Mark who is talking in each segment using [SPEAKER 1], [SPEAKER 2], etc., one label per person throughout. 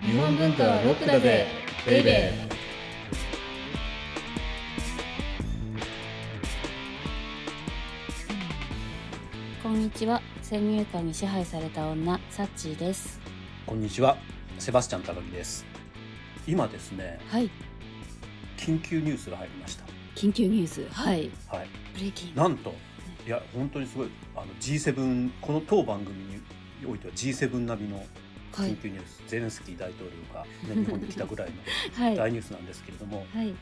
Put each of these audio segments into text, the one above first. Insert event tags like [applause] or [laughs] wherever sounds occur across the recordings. [SPEAKER 1] 日本文化はロックだぜベイベー
[SPEAKER 2] こんにちは先入観に支配された女サッチーです
[SPEAKER 3] こんにちは、セバスチャン高木です。今ですね、
[SPEAKER 2] はい
[SPEAKER 3] 緊急ニュースが入りました。
[SPEAKER 2] 緊急ニュースはい
[SPEAKER 3] はい、
[SPEAKER 2] ブレイキング
[SPEAKER 3] なんと、いや、本当にすごい、あの G7、この当番組においては G7 ナビの
[SPEAKER 2] は
[SPEAKER 3] 緊
[SPEAKER 2] い
[SPEAKER 3] 急ニュース、ゼレンスキー大統領が、ね、日本に来たぐらいの
[SPEAKER 2] [laughs] はいは
[SPEAKER 3] 大ニュースなんですけれども、
[SPEAKER 2] い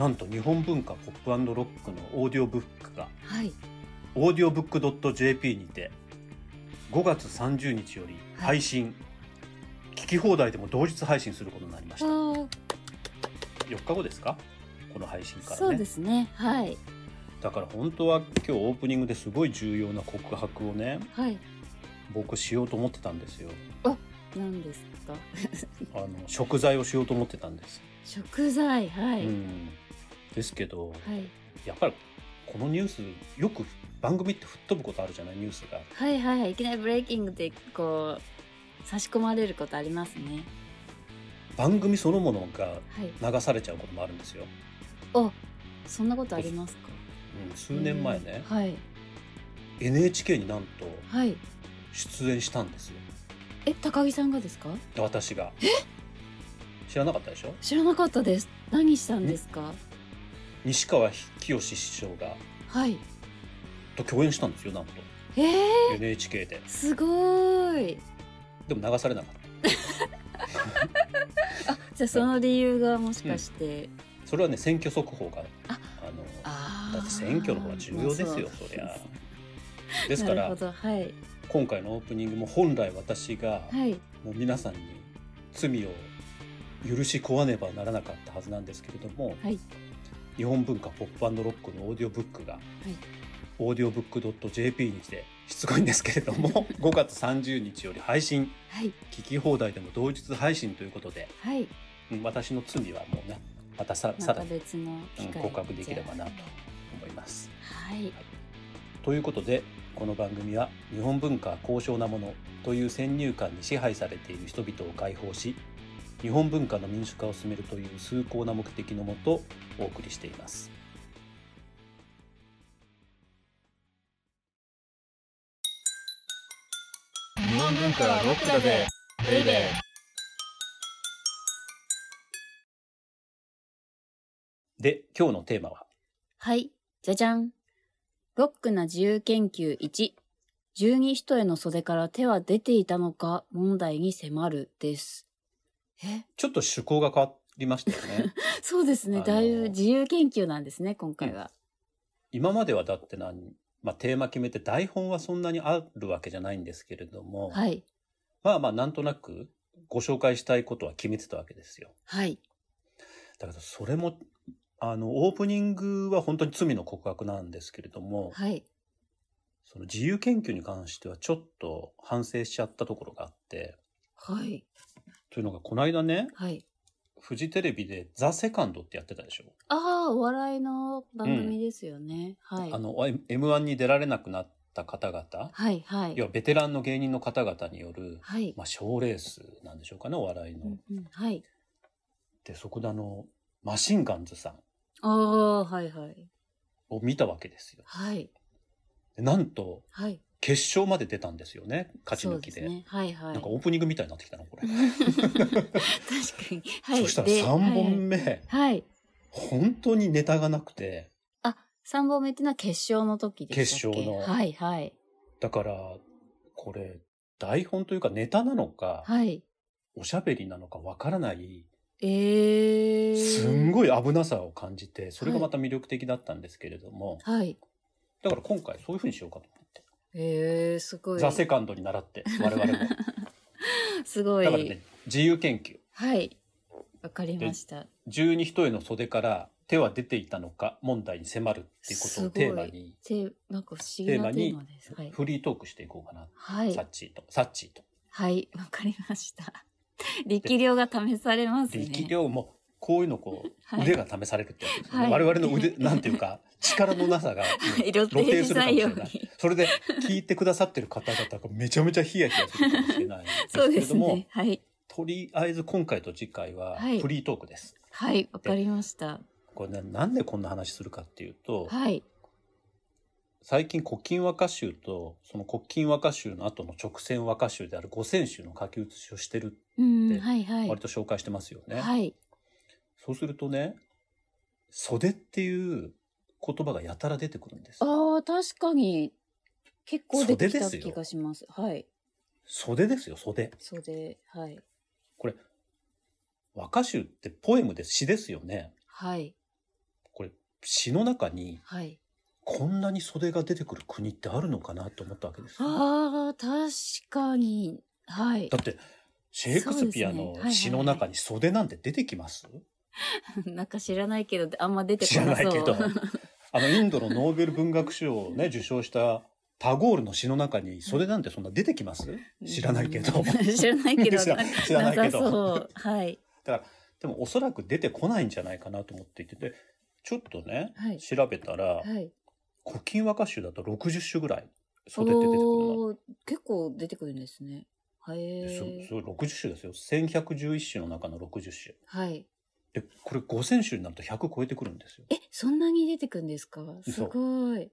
[SPEAKER 3] なんと日本文化ポップロックのオーディオブックが、
[SPEAKER 2] はい
[SPEAKER 3] オーディオブックドット JP にて、5月30日より配信、聞き放題でも同日配信することになりま
[SPEAKER 2] あ
[SPEAKER 3] した。
[SPEAKER 2] ー
[SPEAKER 3] 4日後ですかこの配信からね
[SPEAKER 2] そうですねはい
[SPEAKER 3] だから本当は今日オープニングですごい重要な告白をね
[SPEAKER 2] はい
[SPEAKER 3] 僕しようと思ってたんですよ
[SPEAKER 2] 何です
[SPEAKER 3] [laughs]
[SPEAKER 2] か
[SPEAKER 3] あの食材をしようと思ってたんです、
[SPEAKER 2] 食材はい、
[SPEAKER 3] うんですけど、
[SPEAKER 2] はい
[SPEAKER 3] やっぱりこのニュースよく番組って吹っ飛ぶことあるじゃないニュースが
[SPEAKER 2] はいはいはいいきなりブレイキングでこう差し込まれることありますね
[SPEAKER 3] 番組そのものが
[SPEAKER 2] はい
[SPEAKER 3] 流されちゃうこともあるんですよ、
[SPEAKER 2] おそんなことありますか
[SPEAKER 3] うん、数年前ね、
[SPEAKER 2] うんはい
[SPEAKER 3] NHK になんと
[SPEAKER 2] はい
[SPEAKER 3] 出演したんですよ
[SPEAKER 2] え高木さんがですか
[SPEAKER 3] 私が知らなかったでしょ
[SPEAKER 2] 知らなかったです何したんですか
[SPEAKER 3] 西川清志師匠が
[SPEAKER 2] はい
[SPEAKER 3] と共演したんですよなんと
[SPEAKER 2] えー、
[SPEAKER 3] NHK です
[SPEAKER 2] ごーい
[SPEAKER 3] でも流されなかった
[SPEAKER 2] じゃあその理由がもしかして、
[SPEAKER 3] それはね選挙速報が
[SPEAKER 2] あ
[SPEAKER 3] あの
[SPEAKER 2] あー
[SPEAKER 3] だって選挙の方が重要ですよ
[SPEAKER 2] まあう
[SPEAKER 3] そ
[SPEAKER 2] [laughs]
[SPEAKER 3] りゃですか
[SPEAKER 2] なる
[SPEAKER 3] ら
[SPEAKER 2] ほどはい
[SPEAKER 3] 今回のオープニングも本来私が
[SPEAKER 2] はい
[SPEAKER 3] もう皆さんに罪を許し請わねばならなかったはずなんですけれども、
[SPEAKER 2] はい
[SPEAKER 3] 日本文化ポップロックのオーディオブックが、オーディオブックドット JP にてしつこいんですけれども
[SPEAKER 2] [laughs]
[SPEAKER 3] 5月30日より配信
[SPEAKER 2] はい
[SPEAKER 3] 聞き放題でも同日配信ということで
[SPEAKER 2] はい
[SPEAKER 3] うん私の罪はもうねまたさ
[SPEAKER 2] ま
[SPEAKER 3] さ
[SPEAKER 2] た
[SPEAKER 3] らに
[SPEAKER 2] 別の機
[SPEAKER 3] うん
[SPEAKER 2] 会
[SPEAKER 3] 告白できればなと
[SPEAKER 2] じゃ
[SPEAKER 3] 思います。
[SPEAKER 2] あはい
[SPEAKER 3] ということでこの番組は日本文化は高尚なものという先入観に支配されている人々を解放し日本文化の民主化を進めるという崇高な目的のもとお送りしています。
[SPEAKER 1] 日本文化はロックだぜベイベー
[SPEAKER 3] で今日のテーマは
[SPEAKER 2] はいじゃじゃんロックな自由研究1十二人への袖から手は出ていたのか問題に迫るですえ
[SPEAKER 3] ちょっと趣向が変わりましたよ
[SPEAKER 2] [laughs]
[SPEAKER 3] ね。
[SPEAKER 2] そうです
[SPEAKER 3] あ
[SPEAKER 2] ね
[SPEAKER 3] の
[SPEAKER 2] だいぶ自由研究なんですね今回は、
[SPEAKER 3] 今まではだって何、まあ、テーマ決めて台本はそんなにあるわけじゃないんですけれども、
[SPEAKER 2] はい
[SPEAKER 3] まあまあなんとなくご紹介したいことは決めてたわけですよ。
[SPEAKER 2] はい
[SPEAKER 3] だけどそれも、あの、オープニングは本当に罪の告白なんですけれども、
[SPEAKER 2] はい
[SPEAKER 3] その自由研究に関してはちょっと反省しちゃったところがあって、
[SPEAKER 2] はい
[SPEAKER 3] というのがこの間ね、
[SPEAKER 2] はい
[SPEAKER 3] フジテレビでザ・セカンドってやってたでしょ。
[SPEAKER 2] ああ、お笑いの番組ですよね。はい。
[SPEAKER 3] あの、M- M1 に出られなくなった方々、
[SPEAKER 2] はい、はい。
[SPEAKER 3] 要はベテランの芸人の方々による、
[SPEAKER 2] はい。
[SPEAKER 3] まあ、賞レースなんでしょうかね、お笑いの。
[SPEAKER 2] うんうんはい。
[SPEAKER 3] で、そこであの、マシンガンズさん
[SPEAKER 2] ああ、はい、はい。
[SPEAKER 3] を見たわけですよ。
[SPEAKER 2] はい。
[SPEAKER 3] でなんと、
[SPEAKER 2] はい。
[SPEAKER 3] 決勝まで出たんですよね、勝ち
[SPEAKER 2] そう
[SPEAKER 3] 抜
[SPEAKER 2] で
[SPEAKER 3] き
[SPEAKER 2] す
[SPEAKER 3] で。
[SPEAKER 2] ね。はい、はい。
[SPEAKER 3] なん
[SPEAKER 2] 確
[SPEAKER 3] か
[SPEAKER 2] か
[SPEAKER 3] オープニングみたいになってきたな、これ。
[SPEAKER 2] に。はい。
[SPEAKER 3] そしたら
[SPEAKER 2] で
[SPEAKER 3] 3
[SPEAKER 2] はい
[SPEAKER 3] 本目、
[SPEAKER 2] はい。はい。
[SPEAKER 3] 本当にネタがなくて、
[SPEAKER 2] あ、3本目ってのは決勝の時でしたっけ
[SPEAKER 3] 決勝の
[SPEAKER 2] はい、はい。
[SPEAKER 3] だから、これ、台本というかネタなのか、
[SPEAKER 2] はい。
[SPEAKER 3] おしゃべりなのかわからない、
[SPEAKER 2] ええー。
[SPEAKER 3] すんごい危なさを感じて、それがまた魅力的だったんですけれども、
[SPEAKER 2] はい。
[SPEAKER 3] だから今回そういうふうにしようかと思って。
[SPEAKER 2] ええー、すごい。
[SPEAKER 3] ザ・セカンドに
[SPEAKER 2] [laughs]
[SPEAKER 3] 習って、我々も。
[SPEAKER 2] すごい。
[SPEAKER 3] だからね、自由研究。
[SPEAKER 2] はい。わかりました。
[SPEAKER 3] 十二人への袖から手は出ていたのか問題に迫るっていうことをテーマに、
[SPEAKER 2] て、なんか不思議な
[SPEAKER 3] テ
[SPEAKER 2] テ
[SPEAKER 3] ー
[SPEAKER 2] ー
[SPEAKER 3] マ
[SPEAKER 2] マ
[SPEAKER 3] に
[SPEAKER 2] です。はい。
[SPEAKER 3] フリートークしていこうかな。
[SPEAKER 2] はい
[SPEAKER 3] サ。ッチーと。サッチーと。
[SPEAKER 2] はい、わかりました。力量が試されますね。
[SPEAKER 3] 力量も、こういうのこう、
[SPEAKER 2] はい
[SPEAKER 3] 腕が試されるってやつですよね。
[SPEAKER 2] はい
[SPEAKER 3] 我々の
[SPEAKER 2] [laughs]
[SPEAKER 3] 腕、なんていうか、力のなさが、
[SPEAKER 2] い
[SPEAKER 3] 露呈するかもしれ
[SPEAKER 2] 露呈しないよう
[SPEAKER 3] な
[SPEAKER 2] に
[SPEAKER 3] い。それで、聞いてくださってる方々がめちゃめちゃヒヤヒヤするかもしれない。
[SPEAKER 2] そうです
[SPEAKER 3] けれども
[SPEAKER 2] ね。、はい。
[SPEAKER 3] とりあえず今回と次回は
[SPEAKER 2] はい
[SPEAKER 3] フリートークです。
[SPEAKER 2] はい、わかりました。
[SPEAKER 3] これ、ね、なんでこんな話するかっていうと、
[SPEAKER 2] はい。
[SPEAKER 3] 最近古今和歌集とその古今和歌集の後の直線和歌集である五線集の書き写しをしてる、
[SPEAKER 2] うん、
[SPEAKER 3] で
[SPEAKER 2] はいはい。
[SPEAKER 3] 割と紹介してますよね。
[SPEAKER 2] はい。
[SPEAKER 3] そうするとね袖っていう言葉がやたら出てくるんです。
[SPEAKER 2] ああ、確かに、結構出てきた
[SPEAKER 3] 袖ですよ
[SPEAKER 2] 気がします。はい。
[SPEAKER 3] 袖ですよ袖。
[SPEAKER 2] 袖、はい。
[SPEAKER 3] これ和歌集ってポエムで詩ですよね。
[SPEAKER 2] はい。
[SPEAKER 3] これ詩の中に
[SPEAKER 2] はい。
[SPEAKER 3] こんなに袖が出てくる国ってあるのかなと思ったわけですよ。
[SPEAKER 2] ああ、確かに、はい
[SPEAKER 3] だ。ってシェイクスピア
[SPEAKER 2] そうですねは
[SPEAKER 3] の
[SPEAKER 2] いはいはい
[SPEAKER 3] 詩の中に袖なんて出てきます、
[SPEAKER 2] [laughs] なんか知らないけど、あんま出て
[SPEAKER 3] 知
[SPEAKER 2] こ
[SPEAKER 3] ら
[SPEAKER 2] な
[SPEAKER 3] ない
[SPEAKER 2] そう。
[SPEAKER 3] けど
[SPEAKER 2] [laughs]
[SPEAKER 3] あのインドのノーベル文学賞をね受賞したタゴールの詩の中に袖なんてそんな出てきます知らないけど
[SPEAKER 2] [laughs] 知らないけど。
[SPEAKER 3] [laughs] 知ら
[SPEAKER 2] [laughs]
[SPEAKER 3] 知らないけど
[SPEAKER 2] なさそう。はい。
[SPEAKER 3] でもおそらく出てこないんじゃないかなと思っていてでちょっとね、
[SPEAKER 2] はい
[SPEAKER 3] 調べたら
[SPEAKER 2] はい。
[SPEAKER 3] 古今和歌集だと60種ぐらい袖って出てくるの
[SPEAKER 2] おー結構出てくるんですね。はい。
[SPEAKER 3] ですごい60種ですよ1111種の中の60種
[SPEAKER 2] はい。
[SPEAKER 3] でこれ5000種になると100超えてくるんですよ
[SPEAKER 2] え、そんなに出てくるんですかすごい。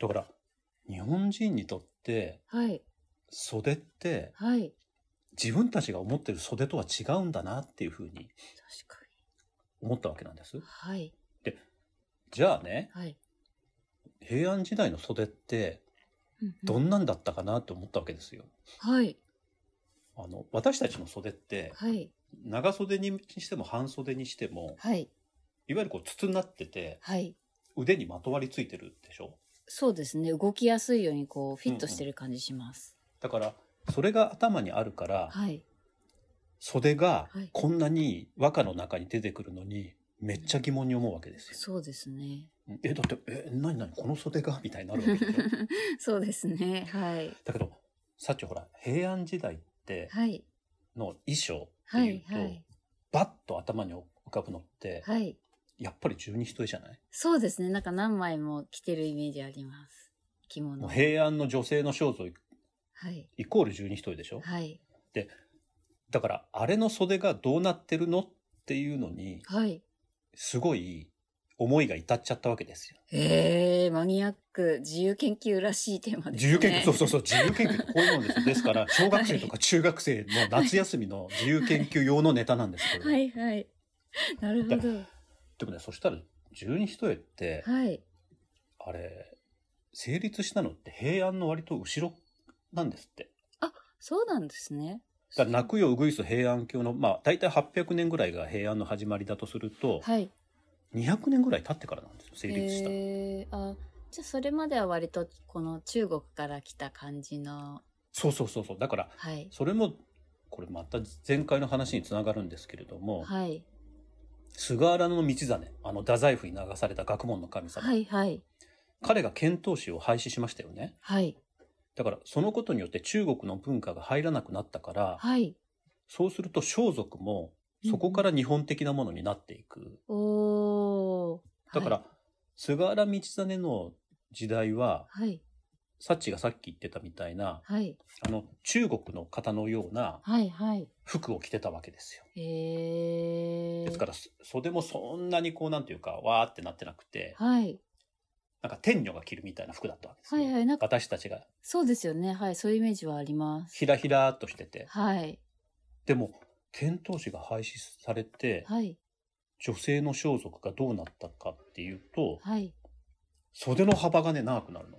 [SPEAKER 3] だから日本人にとって
[SPEAKER 2] はい。
[SPEAKER 3] 袖って
[SPEAKER 2] はい。
[SPEAKER 3] 自分たちが思ってる袖とは違うんだなっていうふうに
[SPEAKER 2] 確か
[SPEAKER 3] 思ったわけなんです
[SPEAKER 2] に。はい。
[SPEAKER 3] じゃあね
[SPEAKER 2] はい。
[SPEAKER 3] 平安時代の袖って
[SPEAKER 2] うんうん
[SPEAKER 3] どんなんだったかなって思ったわけですよ。
[SPEAKER 2] はい。
[SPEAKER 3] あの私たちの袖って
[SPEAKER 2] はい。
[SPEAKER 3] 長袖にしても半袖にしても
[SPEAKER 2] はい。
[SPEAKER 3] いわゆるこう筒になってて
[SPEAKER 2] はい。
[SPEAKER 3] 腕にまとわりついてるでしょ
[SPEAKER 2] そうですね。動きやすいようにこう、フィットしてる感じします。
[SPEAKER 3] だからそれが頭にあるから
[SPEAKER 2] はい。
[SPEAKER 3] 袖が
[SPEAKER 2] はい
[SPEAKER 3] こんなに和歌の中に出てくるのにめっちゃ疑問に思うわけですよ。
[SPEAKER 2] そうですね。
[SPEAKER 3] えだって「え何何この袖が?」みたいになるわけでしょ
[SPEAKER 2] そうですね。はい。
[SPEAKER 3] だけどさっきほら平安時代って
[SPEAKER 2] はい。
[SPEAKER 3] の衣装って
[SPEAKER 2] は
[SPEAKER 3] いう
[SPEAKER 2] い。
[SPEAKER 3] と、
[SPEAKER 2] はい。
[SPEAKER 3] バッと頭に浮かぶのって、
[SPEAKER 2] はい。
[SPEAKER 3] やっぱり十二人じゃない
[SPEAKER 2] そうですね。なんか何枚も着てるイメージあります。着
[SPEAKER 3] も
[SPEAKER 2] 物。
[SPEAKER 3] う
[SPEAKER 2] はい。
[SPEAKER 3] 平安の女性の肖像
[SPEAKER 2] はい。
[SPEAKER 3] イコール十二人でしょ、
[SPEAKER 2] はい。
[SPEAKER 3] だからあれの袖がどうなってるのっていうのにすごい思いが至っちゃったわけですよ。
[SPEAKER 2] えー、マニアック、自由研究らしいテーマです
[SPEAKER 3] 自
[SPEAKER 2] ね。
[SPEAKER 3] 由研究、そうそうそう、自由研究ってこういうものですよ。です [laughs] から、小学生とか中学生の夏休みの自由研究用のネタなんですけど、
[SPEAKER 2] [laughs] はいはい。なるほど。
[SPEAKER 3] でもね、そしたら十二人って、
[SPEAKER 2] はい。
[SPEAKER 3] あれ、成立したのって平安の割と後ろなんですって。
[SPEAKER 2] そうなんですね。
[SPEAKER 3] だから泣くようぐいす平安京の、まあ、大体800年ぐらいが平安の始まりだとすると、
[SPEAKER 2] はい。
[SPEAKER 3] 200年ぐらい経ってからなんですよ成立した、
[SPEAKER 2] えー、あ、じゃあそれまでは割とこの中国から来た感じの、
[SPEAKER 3] そうそうそうそうだから
[SPEAKER 2] はい。
[SPEAKER 3] それもこれまた前回の話につながるんですけれども、
[SPEAKER 2] はい。
[SPEAKER 3] 菅原道真あの太宰府に流された学問の神様、
[SPEAKER 2] はいはい。
[SPEAKER 3] 彼が遣唐使を廃止しましたよね
[SPEAKER 2] はい。
[SPEAKER 3] だからそのことによって中国の文化が入らなくなったから、
[SPEAKER 2] はい。
[SPEAKER 3] そうすると装束もそこから日本的なものになっていく、
[SPEAKER 2] おー。
[SPEAKER 3] だから、
[SPEAKER 2] は。
[SPEAKER 3] 菅原道真の時代はい
[SPEAKER 2] はい。
[SPEAKER 3] サッチがさっき言ってたみたいな
[SPEAKER 2] はい。
[SPEAKER 3] あの中国の方のような
[SPEAKER 2] はい。はい。
[SPEAKER 3] 服を着てたわけですよ。
[SPEAKER 2] えー。
[SPEAKER 3] ですからそ袖もそんなにこうなんていうかわーってなってなくて
[SPEAKER 2] はい。
[SPEAKER 3] なんか天女が着るみたいな服だったわけですよ、
[SPEAKER 2] はいはいなんか
[SPEAKER 3] 私たちが
[SPEAKER 2] そうですよね。はい。そういうイメージはあります。
[SPEAKER 3] ひらひらーっとしてて
[SPEAKER 2] はい。
[SPEAKER 3] でも遣唐使が廃止されて
[SPEAKER 2] はい。
[SPEAKER 3] 女性の装束がどうなったかっていうと
[SPEAKER 2] はい。
[SPEAKER 3] 袖の幅がね長くなるの、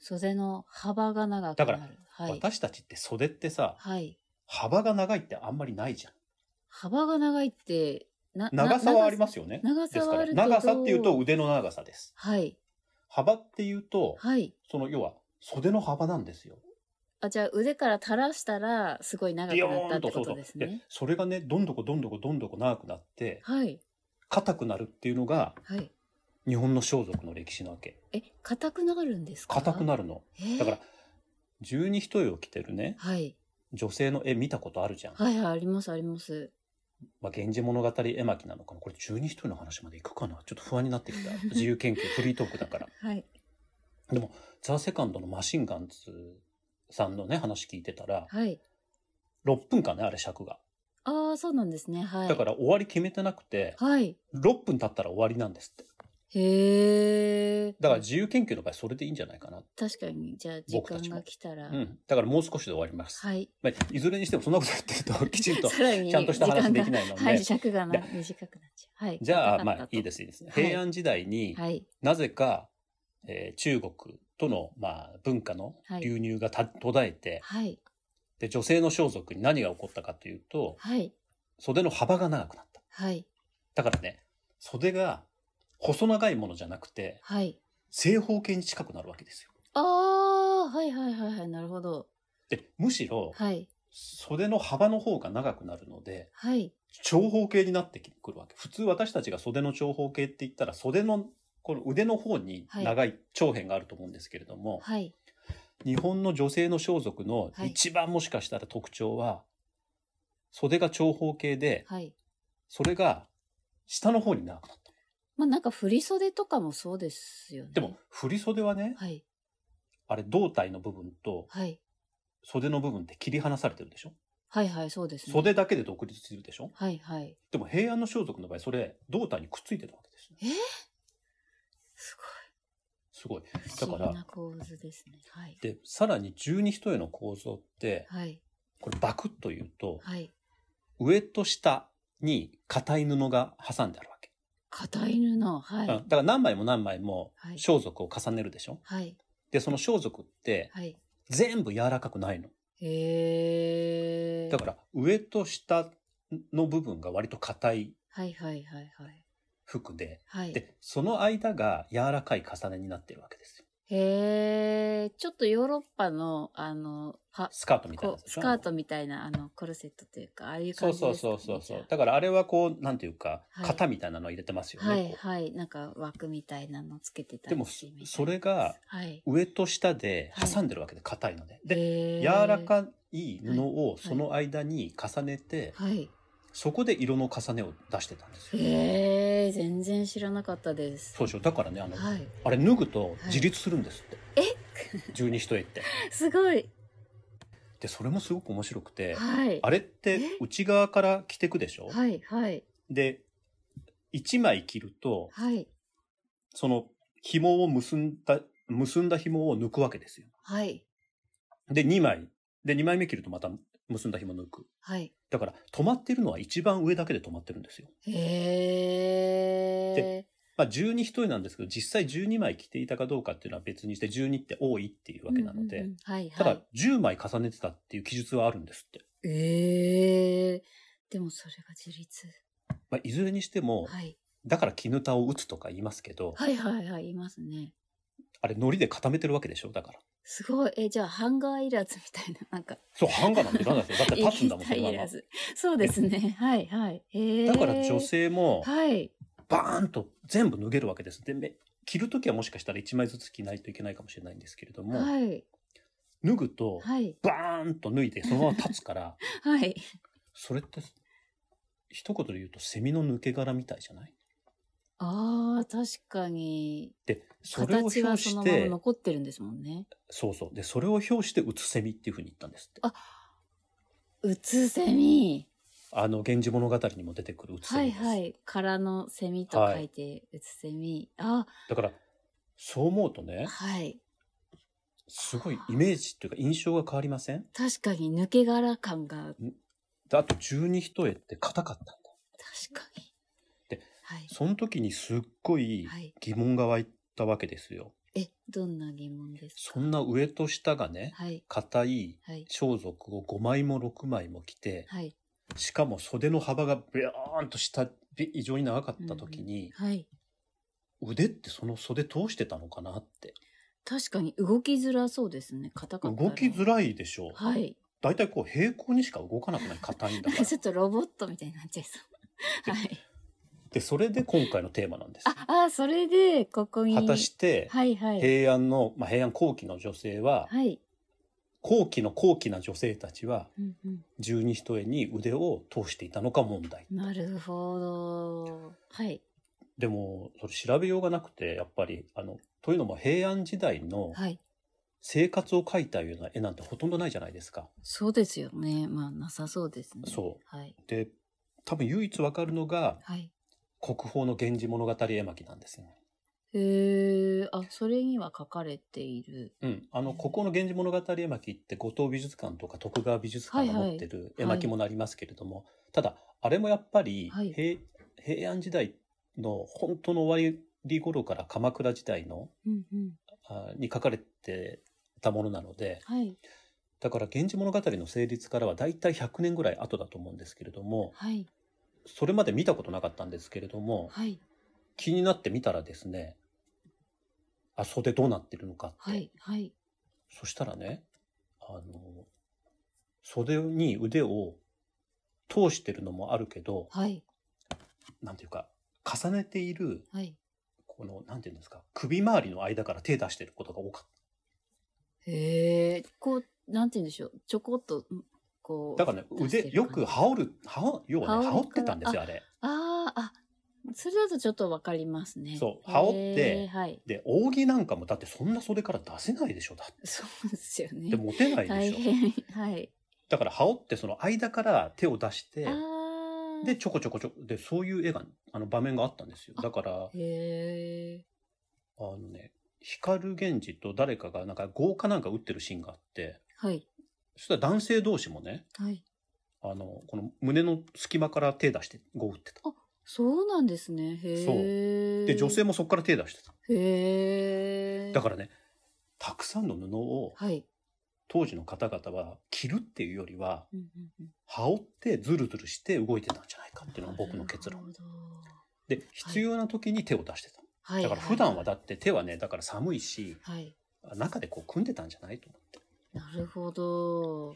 [SPEAKER 2] 袖の幅が長くな
[SPEAKER 3] だ
[SPEAKER 2] る。
[SPEAKER 3] から
[SPEAKER 2] はい。
[SPEAKER 3] 私たちって袖ってさ
[SPEAKER 2] はい。
[SPEAKER 3] 幅が長いってあんまりないじゃん
[SPEAKER 2] 幅が長いって、な。
[SPEAKER 3] 長さはありますすよね
[SPEAKER 2] 長
[SPEAKER 3] で
[SPEAKER 2] さ
[SPEAKER 3] すか
[SPEAKER 2] はあ
[SPEAKER 3] ら
[SPEAKER 2] るけど。
[SPEAKER 3] 長さっていうと腕の長さです
[SPEAKER 2] はい。
[SPEAKER 3] 幅っていうと
[SPEAKER 2] はい。
[SPEAKER 3] その要は袖の幅なんですよ。
[SPEAKER 2] あ、じゃあ腕から垂らしたら、すごい長く
[SPEAKER 3] ビヨ
[SPEAKER 2] なった
[SPEAKER 3] ーン
[SPEAKER 2] って
[SPEAKER 3] とそ
[SPEAKER 2] こ
[SPEAKER 3] うそ
[SPEAKER 2] と
[SPEAKER 3] う。
[SPEAKER 2] です
[SPEAKER 3] で
[SPEAKER 2] ね。
[SPEAKER 3] それがねどんどこどんどこどんどこ長くなって
[SPEAKER 2] はい。
[SPEAKER 3] 硬くなるっていうのが
[SPEAKER 2] はい。
[SPEAKER 3] 日本の装束の歴史なわけ。
[SPEAKER 2] え、硬くなるんですか
[SPEAKER 3] 硬くな
[SPEAKER 2] る。
[SPEAKER 3] るの。
[SPEAKER 2] えー
[SPEAKER 3] だから十二人を着てるね
[SPEAKER 2] はい。
[SPEAKER 3] 女性の絵見たことあるじゃん。
[SPEAKER 2] はいはい、あります、あります。
[SPEAKER 3] まあ源氏物語絵巻なのかなこれ十二人の話までいくかなちょっと不安になってき
[SPEAKER 2] [laughs]
[SPEAKER 3] た自由研究フリートークだから。
[SPEAKER 2] はい。
[SPEAKER 3] でもザ・セカンドのマシンガンズさんのね話聞いてたら
[SPEAKER 2] はい。
[SPEAKER 3] 6分間ねあれ尺が。
[SPEAKER 2] ああ、そうなんですね。はい。
[SPEAKER 3] だから終わり決めてなくて、
[SPEAKER 2] はい。
[SPEAKER 3] 6分経ったら終わりなんですって。
[SPEAKER 2] へえ。
[SPEAKER 3] だから自由研究の場合それでいいんじゃないかな。
[SPEAKER 2] 確かに、じゃあ時
[SPEAKER 3] 僕た
[SPEAKER 2] 間
[SPEAKER 3] ちも
[SPEAKER 2] が来たら。
[SPEAKER 3] うん。だからもう少しで終わります。
[SPEAKER 2] はい。
[SPEAKER 3] まあ、いずれにしてもそんなことやってるときちんと
[SPEAKER 2] さらに、
[SPEAKER 3] ちゃんとした話できないので、
[SPEAKER 2] はい、尺がな
[SPEAKER 3] で
[SPEAKER 2] 短くなっちゃう。はい。。
[SPEAKER 3] じゃあまあいいですすいいです、
[SPEAKER 2] はい
[SPEAKER 3] 平安時代に
[SPEAKER 2] はい。
[SPEAKER 3] なぜか、えー中国との、まあ、文化の
[SPEAKER 2] はい
[SPEAKER 3] 流入がた途絶えて、
[SPEAKER 2] はい。
[SPEAKER 3] で女性の装束に何が起こったかというと
[SPEAKER 2] はい。
[SPEAKER 3] 袖の幅が長くなった。
[SPEAKER 2] はい。
[SPEAKER 3] だからね袖が細長いものじゃなくて
[SPEAKER 2] はい。
[SPEAKER 3] 正方形に近くなるわけですよ。
[SPEAKER 2] ああ、はいはいはいはい。なるほど。
[SPEAKER 3] でむしろ
[SPEAKER 2] はい。
[SPEAKER 3] 袖の幅の方が長くなるので、
[SPEAKER 2] はい。
[SPEAKER 3] 長方形になってくるわけ。普通私たちが袖の長方形って言ったら、袖の、この腕の方に長い長辺があると思うんですけれども、
[SPEAKER 2] はい。
[SPEAKER 3] 日本の女性の装束の
[SPEAKER 2] はい
[SPEAKER 3] 一番もしかしたら特徴は、袖が長方形で、
[SPEAKER 2] はい。
[SPEAKER 3] それが下の方に長くなった。
[SPEAKER 2] まあなんか振り袖とかもそうですよね。
[SPEAKER 3] でも、、振り袖はね、
[SPEAKER 2] はい。
[SPEAKER 3] あれ胴体の部分と
[SPEAKER 2] はい。
[SPEAKER 3] 袖の部分って切り離されてるでしょ
[SPEAKER 2] はいはい、そうですね。
[SPEAKER 3] 袖だけで独立するでしょ
[SPEAKER 2] はいはい。
[SPEAKER 3] でも平安の装束の場合、それ胴体にくっついてたわけですね。
[SPEAKER 2] す
[SPEAKER 3] すごい。
[SPEAKER 2] ごい。不思
[SPEAKER 3] だか
[SPEAKER 2] 議
[SPEAKER 3] ら
[SPEAKER 2] な構図ですね。はい。
[SPEAKER 3] で、さらに十二人への構造って、
[SPEAKER 2] はい。
[SPEAKER 3] これバクッと言うと、
[SPEAKER 2] はい。
[SPEAKER 3] 上と下に硬い布が挟んであるわけ。
[SPEAKER 2] 硬い布の、は
[SPEAKER 3] うん
[SPEAKER 2] い。
[SPEAKER 3] だから何枚も何枚も
[SPEAKER 2] はい
[SPEAKER 3] 装束を重ねるでしょ、
[SPEAKER 2] はい。
[SPEAKER 3] で、その装束って
[SPEAKER 2] はい。
[SPEAKER 3] 全部柔らかくないの。
[SPEAKER 2] へえ。
[SPEAKER 3] だから上と下の部分が割と硬い
[SPEAKER 2] はいはいはいはい。
[SPEAKER 3] 服で、
[SPEAKER 2] はい。
[SPEAKER 3] で、その間が柔らかい重ねになってるわけですよ。
[SPEAKER 2] へえ。ちょっとヨーロッパの、あの、パ、
[SPEAKER 3] スカートみたいな
[SPEAKER 2] こ
[SPEAKER 3] やつ
[SPEAKER 2] う
[SPEAKER 3] でし
[SPEAKER 2] ス
[SPEAKER 3] ょ
[SPEAKER 2] カートみたいな、あの、コルセットというか、ああいう
[SPEAKER 3] そ
[SPEAKER 2] 感
[SPEAKER 3] う
[SPEAKER 2] じです
[SPEAKER 3] そ
[SPEAKER 2] か、
[SPEAKER 3] う
[SPEAKER 2] ね。
[SPEAKER 3] そうそうそう。
[SPEAKER 2] じゃ
[SPEAKER 3] だからあれはこう、なんていうか、
[SPEAKER 2] はい
[SPEAKER 3] 型みたいなのを入れてますよ
[SPEAKER 2] あ
[SPEAKER 3] ね。
[SPEAKER 2] はい
[SPEAKER 3] こ
[SPEAKER 2] はい。なんか枠みたいなのつけて
[SPEAKER 3] う
[SPEAKER 2] た
[SPEAKER 3] で
[SPEAKER 2] り
[SPEAKER 3] も、
[SPEAKER 2] してみたいな
[SPEAKER 3] それが、
[SPEAKER 2] はい。
[SPEAKER 3] 上と下で挟んでるわけで硬いので、で
[SPEAKER 2] で
[SPEAKER 3] 柔らかい布をその間に重ねて、
[SPEAKER 2] はい。
[SPEAKER 3] そこで色の重ねを出してたんですよ、
[SPEAKER 2] へえ、全然知らなかったです。
[SPEAKER 3] そうでしょだからねあの、
[SPEAKER 2] はい。
[SPEAKER 3] あれ脱ぐと自立するんですって、十二人重って
[SPEAKER 2] [laughs] すごい。
[SPEAKER 3] でそれもすごく面白くて、
[SPEAKER 2] はい。
[SPEAKER 3] あれって
[SPEAKER 2] え
[SPEAKER 3] 内側から着てくでしょ、
[SPEAKER 2] はいはい
[SPEAKER 3] で1枚着ると
[SPEAKER 2] はい
[SPEAKER 3] その紐を結んだ結んだ紐を抜くわけですよ
[SPEAKER 2] はい
[SPEAKER 3] で2枚で2枚目着るとまた結んだ紐抜く
[SPEAKER 2] はい。
[SPEAKER 3] だから止まってるのは一番上だけで止まってるんですよ。
[SPEAKER 2] へえ。
[SPEAKER 3] まあ12一重なんですけど実際12枚着ていたかどうかっていうのは別にして12って多いっていうわけなので、
[SPEAKER 2] うんうんうんはい
[SPEAKER 3] た
[SPEAKER 2] は
[SPEAKER 3] だ
[SPEAKER 2] い。
[SPEAKER 3] 10枚重ねてたっていう記述はあるんですって。
[SPEAKER 2] ええ。でもそれが自立。
[SPEAKER 3] まあ、いずれにしても、
[SPEAKER 2] はい
[SPEAKER 3] だから絹ぬたを打つとか言いますけど、
[SPEAKER 2] はいはいはいいますね。
[SPEAKER 3] あれ糊で固めてるわけでしょだから。
[SPEAKER 2] すごい。え、じゃあハンガーいらずみたいな、なんか。
[SPEAKER 3] そう、ハンガーなんていらないですよ。だって立つんだもん、そ
[SPEAKER 2] 液
[SPEAKER 3] の
[SPEAKER 2] 体 [laughs] い
[SPEAKER 3] まま
[SPEAKER 2] ら。ず。そうです
[SPEAKER 3] [laughs]
[SPEAKER 2] ね。はいはい。へえ。
[SPEAKER 3] だから女。性も
[SPEAKER 2] はい。
[SPEAKER 3] バーンと全部脱げるわけです。で、め着るときはもしかしたら1枚ずつ着ないといけないかもしれないんですけれども、
[SPEAKER 2] はい。
[SPEAKER 3] 脱ぐと
[SPEAKER 2] はい。
[SPEAKER 3] バーンと脱いでそのまま立つから、 [laughs]
[SPEAKER 2] はい。
[SPEAKER 3] それって、一言で言うと、セミの抜け殻みたいじゃない
[SPEAKER 2] ああ、確かに。
[SPEAKER 3] で、それを
[SPEAKER 2] 形
[SPEAKER 3] 表
[SPEAKER 2] はそ
[SPEAKER 3] し
[SPEAKER 2] のまま
[SPEAKER 3] て、
[SPEAKER 2] 残ってるんですもんね。
[SPEAKER 3] そうそう。で、それを表して、うつセミっていうふうに言ったんですって。
[SPEAKER 2] あうつセミ。
[SPEAKER 3] あの、源氏物語にも出てくるうつセ
[SPEAKER 2] は
[SPEAKER 3] ミ
[SPEAKER 2] い
[SPEAKER 3] です。
[SPEAKER 2] はい。空のセミと書いて、うつセミ。あ、
[SPEAKER 3] だから、そう思うとね、
[SPEAKER 2] はい。
[SPEAKER 3] すごいイメージっていうか印象が変わりません
[SPEAKER 2] 確かに抜け殻感が、
[SPEAKER 3] であと、十二一重って硬かったんだ。
[SPEAKER 2] 確かに。
[SPEAKER 3] で
[SPEAKER 2] はい。
[SPEAKER 3] その時にすっごい
[SPEAKER 2] はい
[SPEAKER 3] 疑問が湧いたわけですよ。
[SPEAKER 2] え、どんな疑問ですか
[SPEAKER 3] そんな上と下がね、
[SPEAKER 2] はい。
[SPEAKER 3] 硬い
[SPEAKER 2] はい。
[SPEAKER 3] 装束を5枚も6枚も着て、
[SPEAKER 2] はい。
[SPEAKER 3] しかも袖の幅がビヨーンと下び異常に長かった時に、
[SPEAKER 2] はい。
[SPEAKER 3] 腕ってその袖通してたのかなって
[SPEAKER 2] 確かに動きづらそうですね。硬かったら。
[SPEAKER 3] 動きづらいでしょう、
[SPEAKER 2] はい。
[SPEAKER 3] だいたいこう平行にしか動かなくない硬いんだ
[SPEAKER 2] なん
[SPEAKER 3] か
[SPEAKER 2] か [laughs]
[SPEAKER 3] ら
[SPEAKER 2] ちょっとロボットみたいになっちゃいそう。はい。
[SPEAKER 3] でそれで今回のテーマなんです
[SPEAKER 2] あ、あ、それで、ここに。
[SPEAKER 3] 果たして
[SPEAKER 2] はいはい。
[SPEAKER 3] 平安の、まあ、平安後期の女性は、
[SPEAKER 2] はい。
[SPEAKER 3] 後期の後期な女性たちは
[SPEAKER 2] うんうん。
[SPEAKER 3] 十二人重に腕を通していたのか問題
[SPEAKER 2] なるほど。はい。
[SPEAKER 3] でもそれ調べようがなくてやっぱりあのというのも平安時代の
[SPEAKER 2] はい。
[SPEAKER 3] 生活を描いたような絵なんてほとんどないじゃないですか。
[SPEAKER 2] そうですよね。まあ、なさそうですね。。
[SPEAKER 3] そう
[SPEAKER 2] はい。
[SPEAKER 3] で多分唯一わかるのが
[SPEAKER 2] はい。
[SPEAKER 3] 国宝の源氏物語絵巻なんですよね。
[SPEAKER 2] へえ、あ、それには書かれている。
[SPEAKER 3] うん、あの国宝の源氏物語絵巻って五島美術館とか徳川美術館が持ってる絵巻もなりますけれども、ただあれもやっぱり
[SPEAKER 2] はい
[SPEAKER 3] 平,、平安時代の本当の終わり頃から鎌倉時代の
[SPEAKER 2] うんうん。
[SPEAKER 3] あに書かれてたものなので
[SPEAKER 2] はい。
[SPEAKER 3] だから「源氏物語」の成立からは大体100年ぐらい後だと思うんですけれども
[SPEAKER 2] はい。
[SPEAKER 3] それまで見たことなかったんですけれども
[SPEAKER 2] はい。
[SPEAKER 3] 気になって見たらですねあ袖どうなってるのかって、
[SPEAKER 2] はい。はい。
[SPEAKER 3] そしたらねあの袖に腕を通してるのもあるけど
[SPEAKER 2] はい。
[SPEAKER 3] なんていうか重ねている
[SPEAKER 2] はい。
[SPEAKER 3] このなんていうんですか首周りの間から手出してることが多かった。
[SPEAKER 2] へえ、こう、なんて言うんでしょう。ちょこっと、んこう。
[SPEAKER 3] だからね、
[SPEAKER 2] 出して
[SPEAKER 3] 腕、
[SPEAKER 2] る
[SPEAKER 3] よく羽織る、羽織、要は
[SPEAKER 2] 羽
[SPEAKER 3] ね、
[SPEAKER 2] 織
[SPEAKER 3] 羽織っ
[SPEAKER 2] か
[SPEAKER 3] てたんですよ、あれ。
[SPEAKER 2] ああ、あ、それだとちょっとわかりますね。
[SPEAKER 3] そう羽織って
[SPEAKER 2] へーはい。
[SPEAKER 3] で、扇なんかも、だってそんな袖から出せないでしょ、だっ
[SPEAKER 2] そうですよ
[SPEAKER 3] て。
[SPEAKER 2] ね。
[SPEAKER 3] 持てない
[SPEAKER 2] 大
[SPEAKER 3] でしょ。
[SPEAKER 2] 変。はい。
[SPEAKER 3] だから羽織って、その間から手を出して、
[SPEAKER 2] ああ。
[SPEAKER 3] で、ちょこちょこちょこ、で、そういう絵が、あの、場面があったんですよ。だから、
[SPEAKER 2] へえ。
[SPEAKER 3] あのね、光源氏と誰かが、なんか、豪華なんか打ってるシーンがあって、
[SPEAKER 2] はい。
[SPEAKER 3] そしたら男性同士もね、
[SPEAKER 2] はい。
[SPEAKER 3] あの、この胸の隙間から手出して、碁を打ってた。
[SPEAKER 2] そうなんですね。へえ。
[SPEAKER 3] で、女性もそこから手出してた。
[SPEAKER 2] へえ。
[SPEAKER 3] だからね、たくさんの布を、
[SPEAKER 2] はい。
[SPEAKER 3] 当時の方々は着るっていうよりは
[SPEAKER 2] うんうんうん
[SPEAKER 3] 羽織ってズルズルして動いてたんじゃないかっていうのが僕の結
[SPEAKER 2] な
[SPEAKER 3] 論
[SPEAKER 2] るほど
[SPEAKER 3] で必要な時に手を出してた、
[SPEAKER 2] はい。
[SPEAKER 3] だから普段はだって手はねだから寒いし
[SPEAKER 2] はい。
[SPEAKER 3] 中でこう組んでたんじゃないと思ってっ
[SPEAKER 2] なるほど。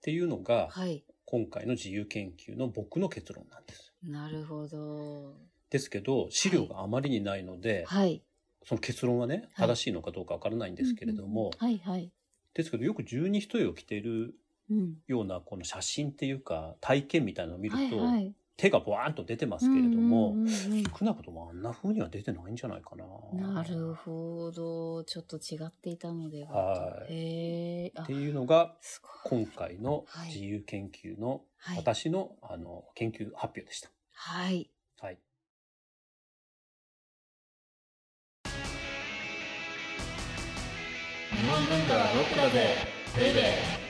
[SPEAKER 3] ていうのが
[SPEAKER 2] はい。
[SPEAKER 3] 今回の自由研究の僕の結論なんです
[SPEAKER 2] なるほど。
[SPEAKER 3] ですけど資料があまりにないので、
[SPEAKER 2] はい。
[SPEAKER 3] その結論はね
[SPEAKER 2] はい
[SPEAKER 3] 正しいのかどうかわからないんですけれども、
[SPEAKER 2] はいはい。
[SPEAKER 3] ですけどよく十二人を着ている
[SPEAKER 2] うん。
[SPEAKER 3] ようなこの写真っていうか体験みたいなのを見ると、
[SPEAKER 2] はいはい。
[SPEAKER 3] 手がボワーンと出てますけれども、
[SPEAKER 2] うんうんうんうん
[SPEAKER 3] 少なくともあんな風には出てないんじゃないかな。
[SPEAKER 2] なるほど。ちょっと違っていたのでは。
[SPEAKER 3] はい
[SPEAKER 2] へえ。あ
[SPEAKER 3] っ、ていうのが
[SPEAKER 2] すごい。
[SPEAKER 3] 今回の
[SPEAKER 2] はい
[SPEAKER 3] 自由研究の
[SPEAKER 2] はい。
[SPEAKER 3] 私の,、あの研究発表でした。
[SPEAKER 2] はい。
[SPEAKER 3] はい、
[SPEAKER 1] 日本文化はロックだぜベイベー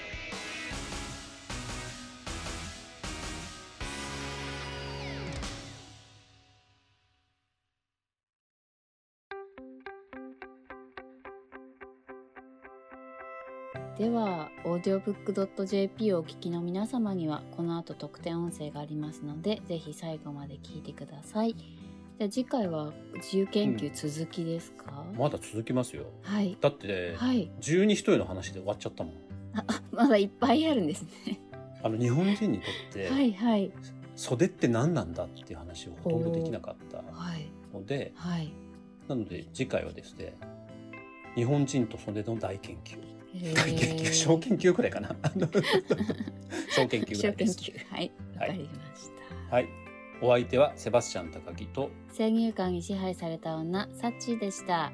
[SPEAKER 2] では、オーディオブックドット JP をお聞きの皆様には、この後特典音声がありますので、ぜひ最後まで聞いてください。じゃあ次回は自由研究続きですか、
[SPEAKER 3] まだ続きますよ。
[SPEAKER 2] はい。
[SPEAKER 3] だって
[SPEAKER 2] はい。
[SPEAKER 3] 十二人の話で終わっちゃったもん。
[SPEAKER 2] あ、あまだいっぱいあるんですね。
[SPEAKER 3] あの日本人にとって
[SPEAKER 2] はいはい。
[SPEAKER 3] 袖って何なんだっていう話をほとんどできなかった
[SPEAKER 2] はい。
[SPEAKER 3] ので、
[SPEAKER 2] はい。
[SPEAKER 3] なので次回はですね、日本人と袖の大研究、
[SPEAKER 2] え
[SPEAKER 3] 大研 [laughs] 究、小研究くらい
[SPEAKER 2] [laughs]
[SPEAKER 3] かな。あの小研究ぐ
[SPEAKER 2] 小
[SPEAKER 3] らいで
[SPEAKER 2] 研
[SPEAKER 3] す。
[SPEAKER 2] 究。はい。わかりました。
[SPEAKER 3] はい。お相手はセバスチャン高木と
[SPEAKER 2] 先入観に支配された女、サッチーでした。